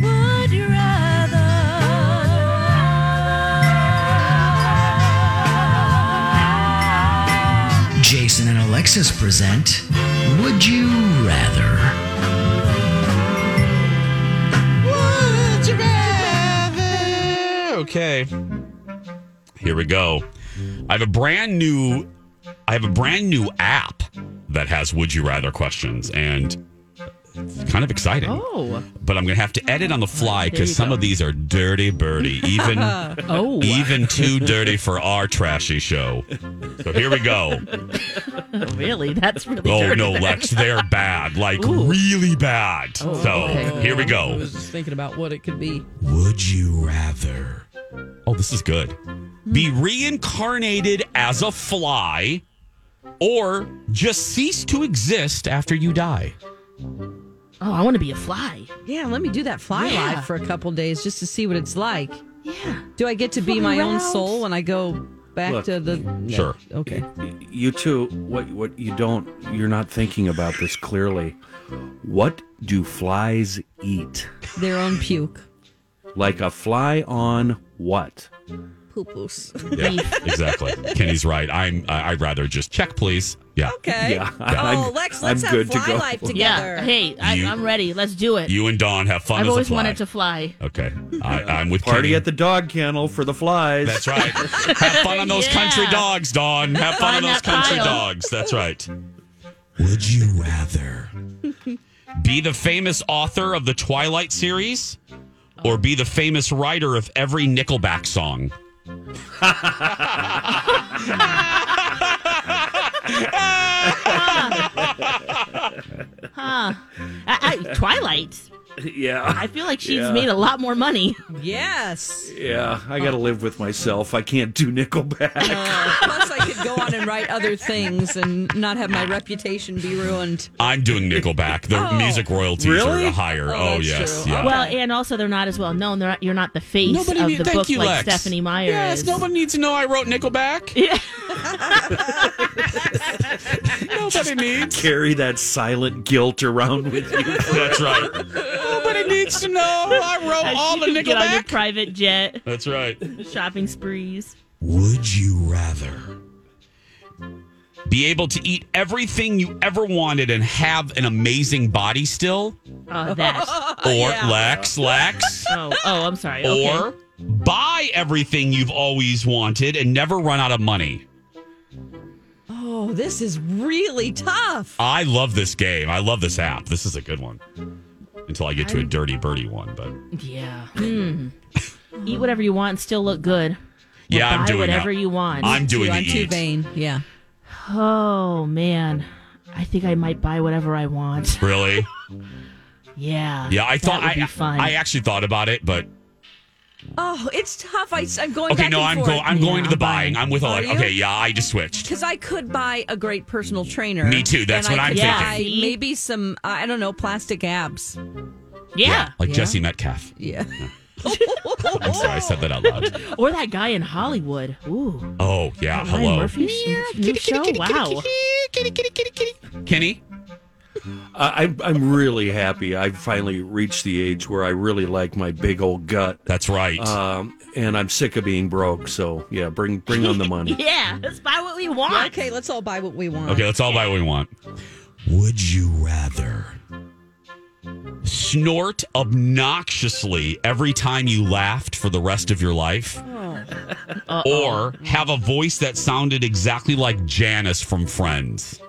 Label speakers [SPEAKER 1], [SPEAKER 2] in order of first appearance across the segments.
[SPEAKER 1] Would you rather?
[SPEAKER 2] Jason and Alexis present Would You Rather?
[SPEAKER 1] Would you rather?
[SPEAKER 3] Okay. Here we go. I have a brand new I have a brand new app that has would you rather questions and it's kind of exciting.
[SPEAKER 4] Oh,
[SPEAKER 3] But I'm going to have to edit on the fly cuz some of these are dirty birdie, even
[SPEAKER 4] oh,
[SPEAKER 3] even too dirty for our trashy show. So here we go.
[SPEAKER 4] really? That's really.
[SPEAKER 3] Oh
[SPEAKER 4] dirty
[SPEAKER 3] no,
[SPEAKER 4] there.
[SPEAKER 3] Lex, they're bad. Like
[SPEAKER 4] Ooh.
[SPEAKER 3] really bad.
[SPEAKER 4] Oh,
[SPEAKER 3] so,
[SPEAKER 4] okay.
[SPEAKER 3] here we go.
[SPEAKER 4] I was just thinking about what it could be.
[SPEAKER 3] Would you rather? Oh, this is good. Be reincarnated as a fly or just cease to exist after you die?
[SPEAKER 4] Oh, I want to be a fly.
[SPEAKER 5] Yeah, let me do that fly
[SPEAKER 4] Yeah.
[SPEAKER 5] life for a couple days just to see what it's like.
[SPEAKER 4] Yeah.
[SPEAKER 5] Do I get to be
[SPEAKER 4] Fly
[SPEAKER 5] my own
[SPEAKER 4] around.
[SPEAKER 5] soul when I go back
[SPEAKER 6] Look,
[SPEAKER 5] to the?
[SPEAKER 3] Sure.
[SPEAKER 5] Okay.
[SPEAKER 6] You two, what what you don't you're not thinking about this clearly. What do flies eat?
[SPEAKER 5] Their own puke.
[SPEAKER 6] Like a fly on what?
[SPEAKER 5] Poo poos.
[SPEAKER 3] Yeah, exactly. Kenny's right. I'm. I- I'd rather just check, please. Yeah.
[SPEAKER 5] Okay.
[SPEAKER 6] Yeah,
[SPEAKER 5] Oh,
[SPEAKER 6] I'm-
[SPEAKER 5] Lex, let's
[SPEAKER 6] I'm
[SPEAKER 5] have
[SPEAKER 6] good to
[SPEAKER 5] fly
[SPEAKER 6] go.
[SPEAKER 5] life together.
[SPEAKER 4] Yeah. Hey, I,
[SPEAKER 3] You-
[SPEAKER 4] I'm ready. Let's do it.
[SPEAKER 3] You and Dawn have fun.
[SPEAKER 4] I've
[SPEAKER 3] as
[SPEAKER 4] always
[SPEAKER 3] a fly.
[SPEAKER 4] wanted to fly.
[SPEAKER 3] Okay. I, I'm with
[SPEAKER 6] Party
[SPEAKER 3] Kenny.
[SPEAKER 6] at the dog kennel for the flies.
[SPEAKER 3] That's right. Have fun on those
[SPEAKER 4] Yeah.
[SPEAKER 3] country dogs, Dawn. Have fun on
[SPEAKER 4] Find
[SPEAKER 3] those
[SPEAKER 4] that
[SPEAKER 3] country
[SPEAKER 4] pile.
[SPEAKER 3] dogs. That's right. Would you rather be the famous author of the Twilight series or be the famous writer of every Nickelback song?
[SPEAKER 4] Huh? I, I, Twilight.
[SPEAKER 6] yeah.
[SPEAKER 4] I feel like she's
[SPEAKER 6] Yeah.
[SPEAKER 4] made a lot more money.
[SPEAKER 5] Yes.
[SPEAKER 6] Yeah, I got to live with myself. I can't do Nickelback.
[SPEAKER 5] Uh, plus, I could go on and write other things and not have my reputation be ruined.
[SPEAKER 3] I'm doing Nickelback. The
[SPEAKER 5] Oh.
[SPEAKER 3] music royalties
[SPEAKER 6] Really?
[SPEAKER 3] are higher.
[SPEAKER 5] Oh,
[SPEAKER 3] Oh,
[SPEAKER 5] that's
[SPEAKER 3] yes.
[SPEAKER 5] true.
[SPEAKER 3] Yeah.
[SPEAKER 4] Well, and also they're not as well known. They're not, you're not the face of the book like Stephanie Meyer
[SPEAKER 3] Yes,
[SPEAKER 4] is.
[SPEAKER 3] nobody needs to know I wrote Nickelback.
[SPEAKER 4] Yeah.
[SPEAKER 3] nobody needs.
[SPEAKER 6] Carry that silent guilt around with you.
[SPEAKER 3] That's right. nobody needs to know I wrote all the
[SPEAKER 4] you can get on your
[SPEAKER 3] Nickelback.
[SPEAKER 4] private jet,
[SPEAKER 3] That's right.
[SPEAKER 4] shopping sprees.
[SPEAKER 3] Would you rather be able to eat everything you ever wanted and have an amazing body still?
[SPEAKER 4] Oh, that.
[SPEAKER 3] Or Lex, Lex,
[SPEAKER 4] Oh, oh, I'm sorry. Okay.
[SPEAKER 3] or buy everything you've always wanted and never run out of money?
[SPEAKER 5] Oh, this is really tough.
[SPEAKER 3] I love this game. I love this app. This is a good one. Until I get to a dirty birdie one, but
[SPEAKER 4] Yeah. Hmm. Eat whatever you want and still look good.
[SPEAKER 3] yeah,
[SPEAKER 4] Buy
[SPEAKER 3] I'm doing
[SPEAKER 4] whatever
[SPEAKER 3] that.
[SPEAKER 4] you want.
[SPEAKER 3] I'm doing
[SPEAKER 5] Dude,
[SPEAKER 3] the
[SPEAKER 5] I'm too
[SPEAKER 3] eat.
[SPEAKER 5] vain. Yeah.
[SPEAKER 4] oh man, I think I might buy whatever I want.
[SPEAKER 3] Really?
[SPEAKER 4] Yeah.
[SPEAKER 3] Yeah, I thought
[SPEAKER 4] that would
[SPEAKER 3] I,
[SPEAKER 4] be fun.
[SPEAKER 3] I actually thought about it, but
[SPEAKER 5] Oh, it's tough. I, am going
[SPEAKER 3] okay,
[SPEAKER 5] back
[SPEAKER 3] no,
[SPEAKER 5] and
[SPEAKER 3] I'm
[SPEAKER 5] forth.
[SPEAKER 3] going. I'm going to the
[SPEAKER 4] I'm
[SPEAKER 3] buying.
[SPEAKER 4] buying.
[SPEAKER 3] I'm with Alex.
[SPEAKER 5] you?
[SPEAKER 3] Okay, yeah, I just switched.
[SPEAKER 5] because I could buy a great personal trainer.
[SPEAKER 3] Me too, that's
[SPEAKER 5] and
[SPEAKER 3] what
[SPEAKER 5] I
[SPEAKER 3] I'm
[SPEAKER 5] could
[SPEAKER 4] thinking.
[SPEAKER 5] buy
[SPEAKER 4] Yeah.
[SPEAKER 5] Maybe some, I don't know, plastic abs.
[SPEAKER 4] yeah. Oh,
[SPEAKER 3] Like
[SPEAKER 5] Yeah.
[SPEAKER 3] Jesse Metcalf.
[SPEAKER 5] Yeah.
[SPEAKER 3] I'm sorry, I said that out loud.
[SPEAKER 4] Or that guy in Hollywood. Ooh.
[SPEAKER 3] Oh, yeah.
[SPEAKER 4] Ryan
[SPEAKER 3] Hello.
[SPEAKER 4] Murphy's new show. Wow.
[SPEAKER 3] Kenny?
[SPEAKER 6] I, I'm I'm really happy. I finally reached the age where I really like my big old gut.
[SPEAKER 3] That's right.
[SPEAKER 6] Um, and I'm sick of being broke. So yeah, bring bring on the money.
[SPEAKER 4] Yeah. Let's buy what we want.
[SPEAKER 5] okay, let's all buy what we want.
[SPEAKER 3] okay, let's all buy what we want. Would you rather snort obnoxiously every time you laughed for the rest of your life? Or have a voice that sounded exactly like Janice from Friends?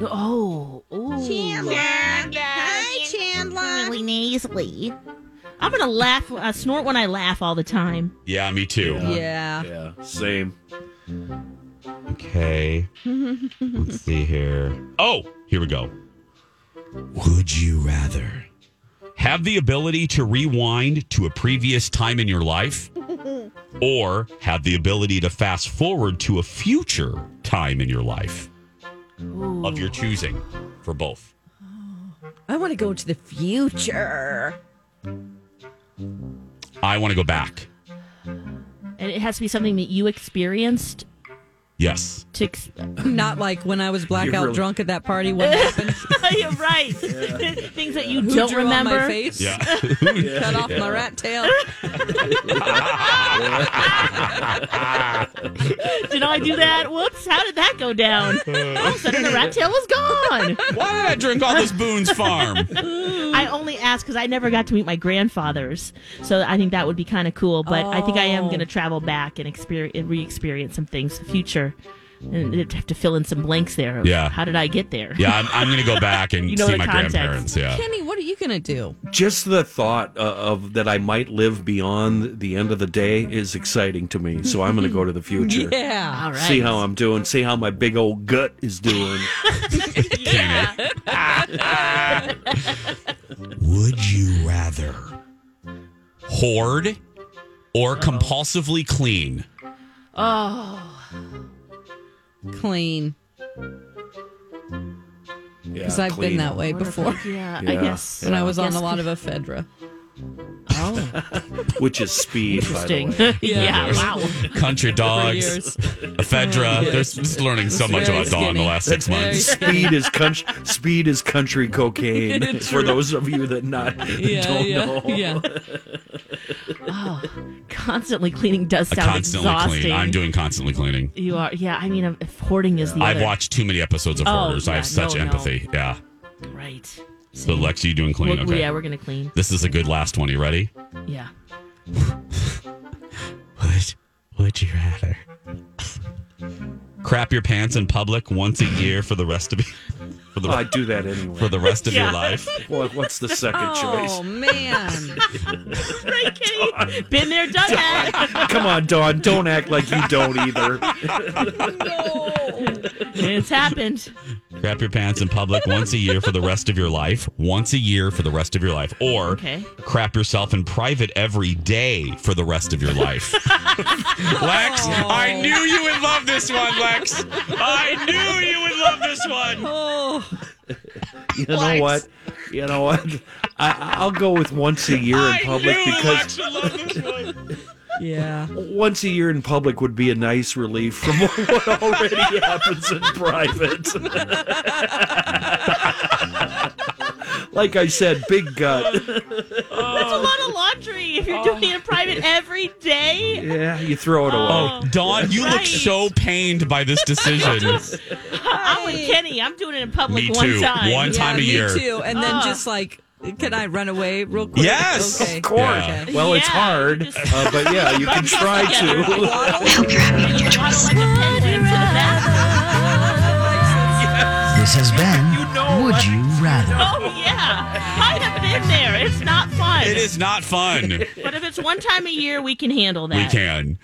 [SPEAKER 4] Oh, ooh.
[SPEAKER 1] Hi, Chandler.
[SPEAKER 7] really nasally. I'm gonna laugh, uh, snort when I laugh all the time.
[SPEAKER 3] Yeah, me too.
[SPEAKER 5] Yeah.
[SPEAKER 6] Yeah, same.
[SPEAKER 3] Okay. Let's see here. Oh, here we go. Would you rather have the ability to rewind to a previous time in your life or have the ability to fast forward to a future time in your life of your choosing for both?
[SPEAKER 5] I want to go to the future.
[SPEAKER 3] I want to go back.
[SPEAKER 7] And it has to be something that you experienced.
[SPEAKER 3] Yes.
[SPEAKER 7] To ex-
[SPEAKER 5] Not like when I was blackout
[SPEAKER 6] really-
[SPEAKER 5] drunk at that party. What happened?
[SPEAKER 7] You're right. Things that you
[SPEAKER 5] Who
[SPEAKER 7] don't
[SPEAKER 5] drew on
[SPEAKER 7] remember.
[SPEAKER 5] my face?
[SPEAKER 3] Yeah.
[SPEAKER 5] Cut off my rat tail.
[SPEAKER 7] Did I do that? Whoops! How did that go down? All of a sudden, the rat tail was gone.
[SPEAKER 3] Why did I drink all this Boone's Farm?
[SPEAKER 7] I only asked because I never got to meet my grandfathers, so I think that would be kind of cool. But I think I am going to travel back and experience, re-experience some things in the future, and it'd have to fill in some blanks there. of
[SPEAKER 3] Yeah.
[SPEAKER 7] How did I get there?
[SPEAKER 3] Yeah, I'm, I'm going to go back and
[SPEAKER 7] You know
[SPEAKER 3] see
[SPEAKER 7] the
[SPEAKER 3] my
[SPEAKER 7] context.
[SPEAKER 3] grandparents. Yeah.
[SPEAKER 5] Kenny, what are you going to do?
[SPEAKER 6] Just the thought uh, of that I might live beyond the end of the day is exciting to me. So I'm going to go to the future.
[SPEAKER 5] Yeah.
[SPEAKER 7] All right.
[SPEAKER 6] See how I'm doing. See how my big old gut is doing.
[SPEAKER 3] Would you rather hoard or compulsively clean?
[SPEAKER 4] Oh,
[SPEAKER 5] Clean. Because I've been that way before.
[SPEAKER 4] yeah, I
[SPEAKER 6] Yeah.
[SPEAKER 4] guess.
[SPEAKER 5] When I was on
[SPEAKER 4] Yes,
[SPEAKER 5] a lot of ephedra.
[SPEAKER 4] Oh,
[SPEAKER 6] which is speed. By
[SPEAKER 7] Interesting.
[SPEAKER 6] the way.
[SPEAKER 7] yeah.
[SPEAKER 3] There's
[SPEAKER 7] Wow.
[SPEAKER 3] Country dogs,
[SPEAKER 5] years.
[SPEAKER 3] ephedra. There's just learning so much
[SPEAKER 5] very
[SPEAKER 3] about Dawn in the
[SPEAKER 5] skinny.
[SPEAKER 3] last six months.
[SPEAKER 6] Speed is country. Speed is country cocaine. For those of you that not don't
[SPEAKER 5] yeah,
[SPEAKER 6] know.
[SPEAKER 5] yeah.
[SPEAKER 7] Constantly cleaning does
[SPEAKER 3] I
[SPEAKER 7] sound
[SPEAKER 3] constantly
[SPEAKER 7] exhausting.
[SPEAKER 3] clean. I'm doing constantly cleaning.
[SPEAKER 7] You are. Yeah. I mean, if hoarding is the
[SPEAKER 3] I've
[SPEAKER 7] other.
[SPEAKER 3] watched too many episodes of
[SPEAKER 7] Oh,
[SPEAKER 3] Hoarders. I
[SPEAKER 7] yeah,
[SPEAKER 3] have such
[SPEAKER 7] no, no.
[SPEAKER 3] empathy. Yeah.
[SPEAKER 7] Right.
[SPEAKER 3] So, Lex, you doing clean?
[SPEAKER 7] Well,
[SPEAKER 3] okay.
[SPEAKER 7] Yeah, we're gonna clean.
[SPEAKER 3] This is a good last one. You ready?
[SPEAKER 7] Yeah.
[SPEAKER 3] What would you rather? Crap your pants in public once a year for the rest of for the
[SPEAKER 6] Oh, I do that anyway.
[SPEAKER 3] for the rest of
[SPEAKER 7] Yeah.
[SPEAKER 3] your life.
[SPEAKER 6] What- what's the second
[SPEAKER 5] Oh, man.
[SPEAKER 7] Right, Kitty. Been there, done that.
[SPEAKER 6] choice? Come on, Dawn. Don't act like you don't either.
[SPEAKER 7] it's happened.
[SPEAKER 3] Crap your pants in public once a year for the rest of your life. Once a year for the rest of your life. Or
[SPEAKER 7] Okay.
[SPEAKER 3] crap yourself in private every day for the rest of your life. Lex,
[SPEAKER 7] Oh.
[SPEAKER 3] I knew you would love this one, Lex. I knew you would love this one.
[SPEAKER 5] Oh,
[SPEAKER 6] You know what? You know what? I, I'll go with once a year in
[SPEAKER 3] I
[SPEAKER 6] public
[SPEAKER 3] knew
[SPEAKER 6] because
[SPEAKER 3] Lex would love this one.
[SPEAKER 5] yeah.
[SPEAKER 6] once a year in public would be a nice relief from what already happens in private. like I said, big gut.
[SPEAKER 7] That's a lot of laundry if you're doing it in private every day.
[SPEAKER 6] Yeah, you throw it away.
[SPEAKER 3] Oh, Dawn, you look
[SPEAKER 7] Right.
[SPEAKER 3] so pained by this decision.
[SPEAKER 7] I'm with Kenny. I'm doing it in public
[SPEAKER 3] Me
[SPEAKER 7] one
[SPEAKER 3] too.
[SPEAKER 7] time.
[SPEAKER 3] One time
[SPEAKER 5] yeah,
[SPEAKER 3] a
[SPEAKER 5] me
[SPEAKER 3] year.
[SPEAKER 5] too. And then just like, can I run away real quick?
[SPEAKER 3] Yes.
[SPEAKER 5] Okay.
[SPEAKER 3] Of course.
[SPEAKER 5] Okay.
[SPEAKER 6] Well, it's
[SPEAKER 7] Yeah,
[SPEAKER 6] hard,
[SPEAKER 7] you just-
[SPEAKER 6] uh, but yeah, you can try to.
[SPEAKER 2] This has been Would You Rather.
[SPEAKER 7] Oh yeah, I have been there. It's not fun.
[SPEAKER 3] It is not fun.
[SPEAKER 7] But if it's one time a year, we can handle that.
[SPEAKER 3] We can.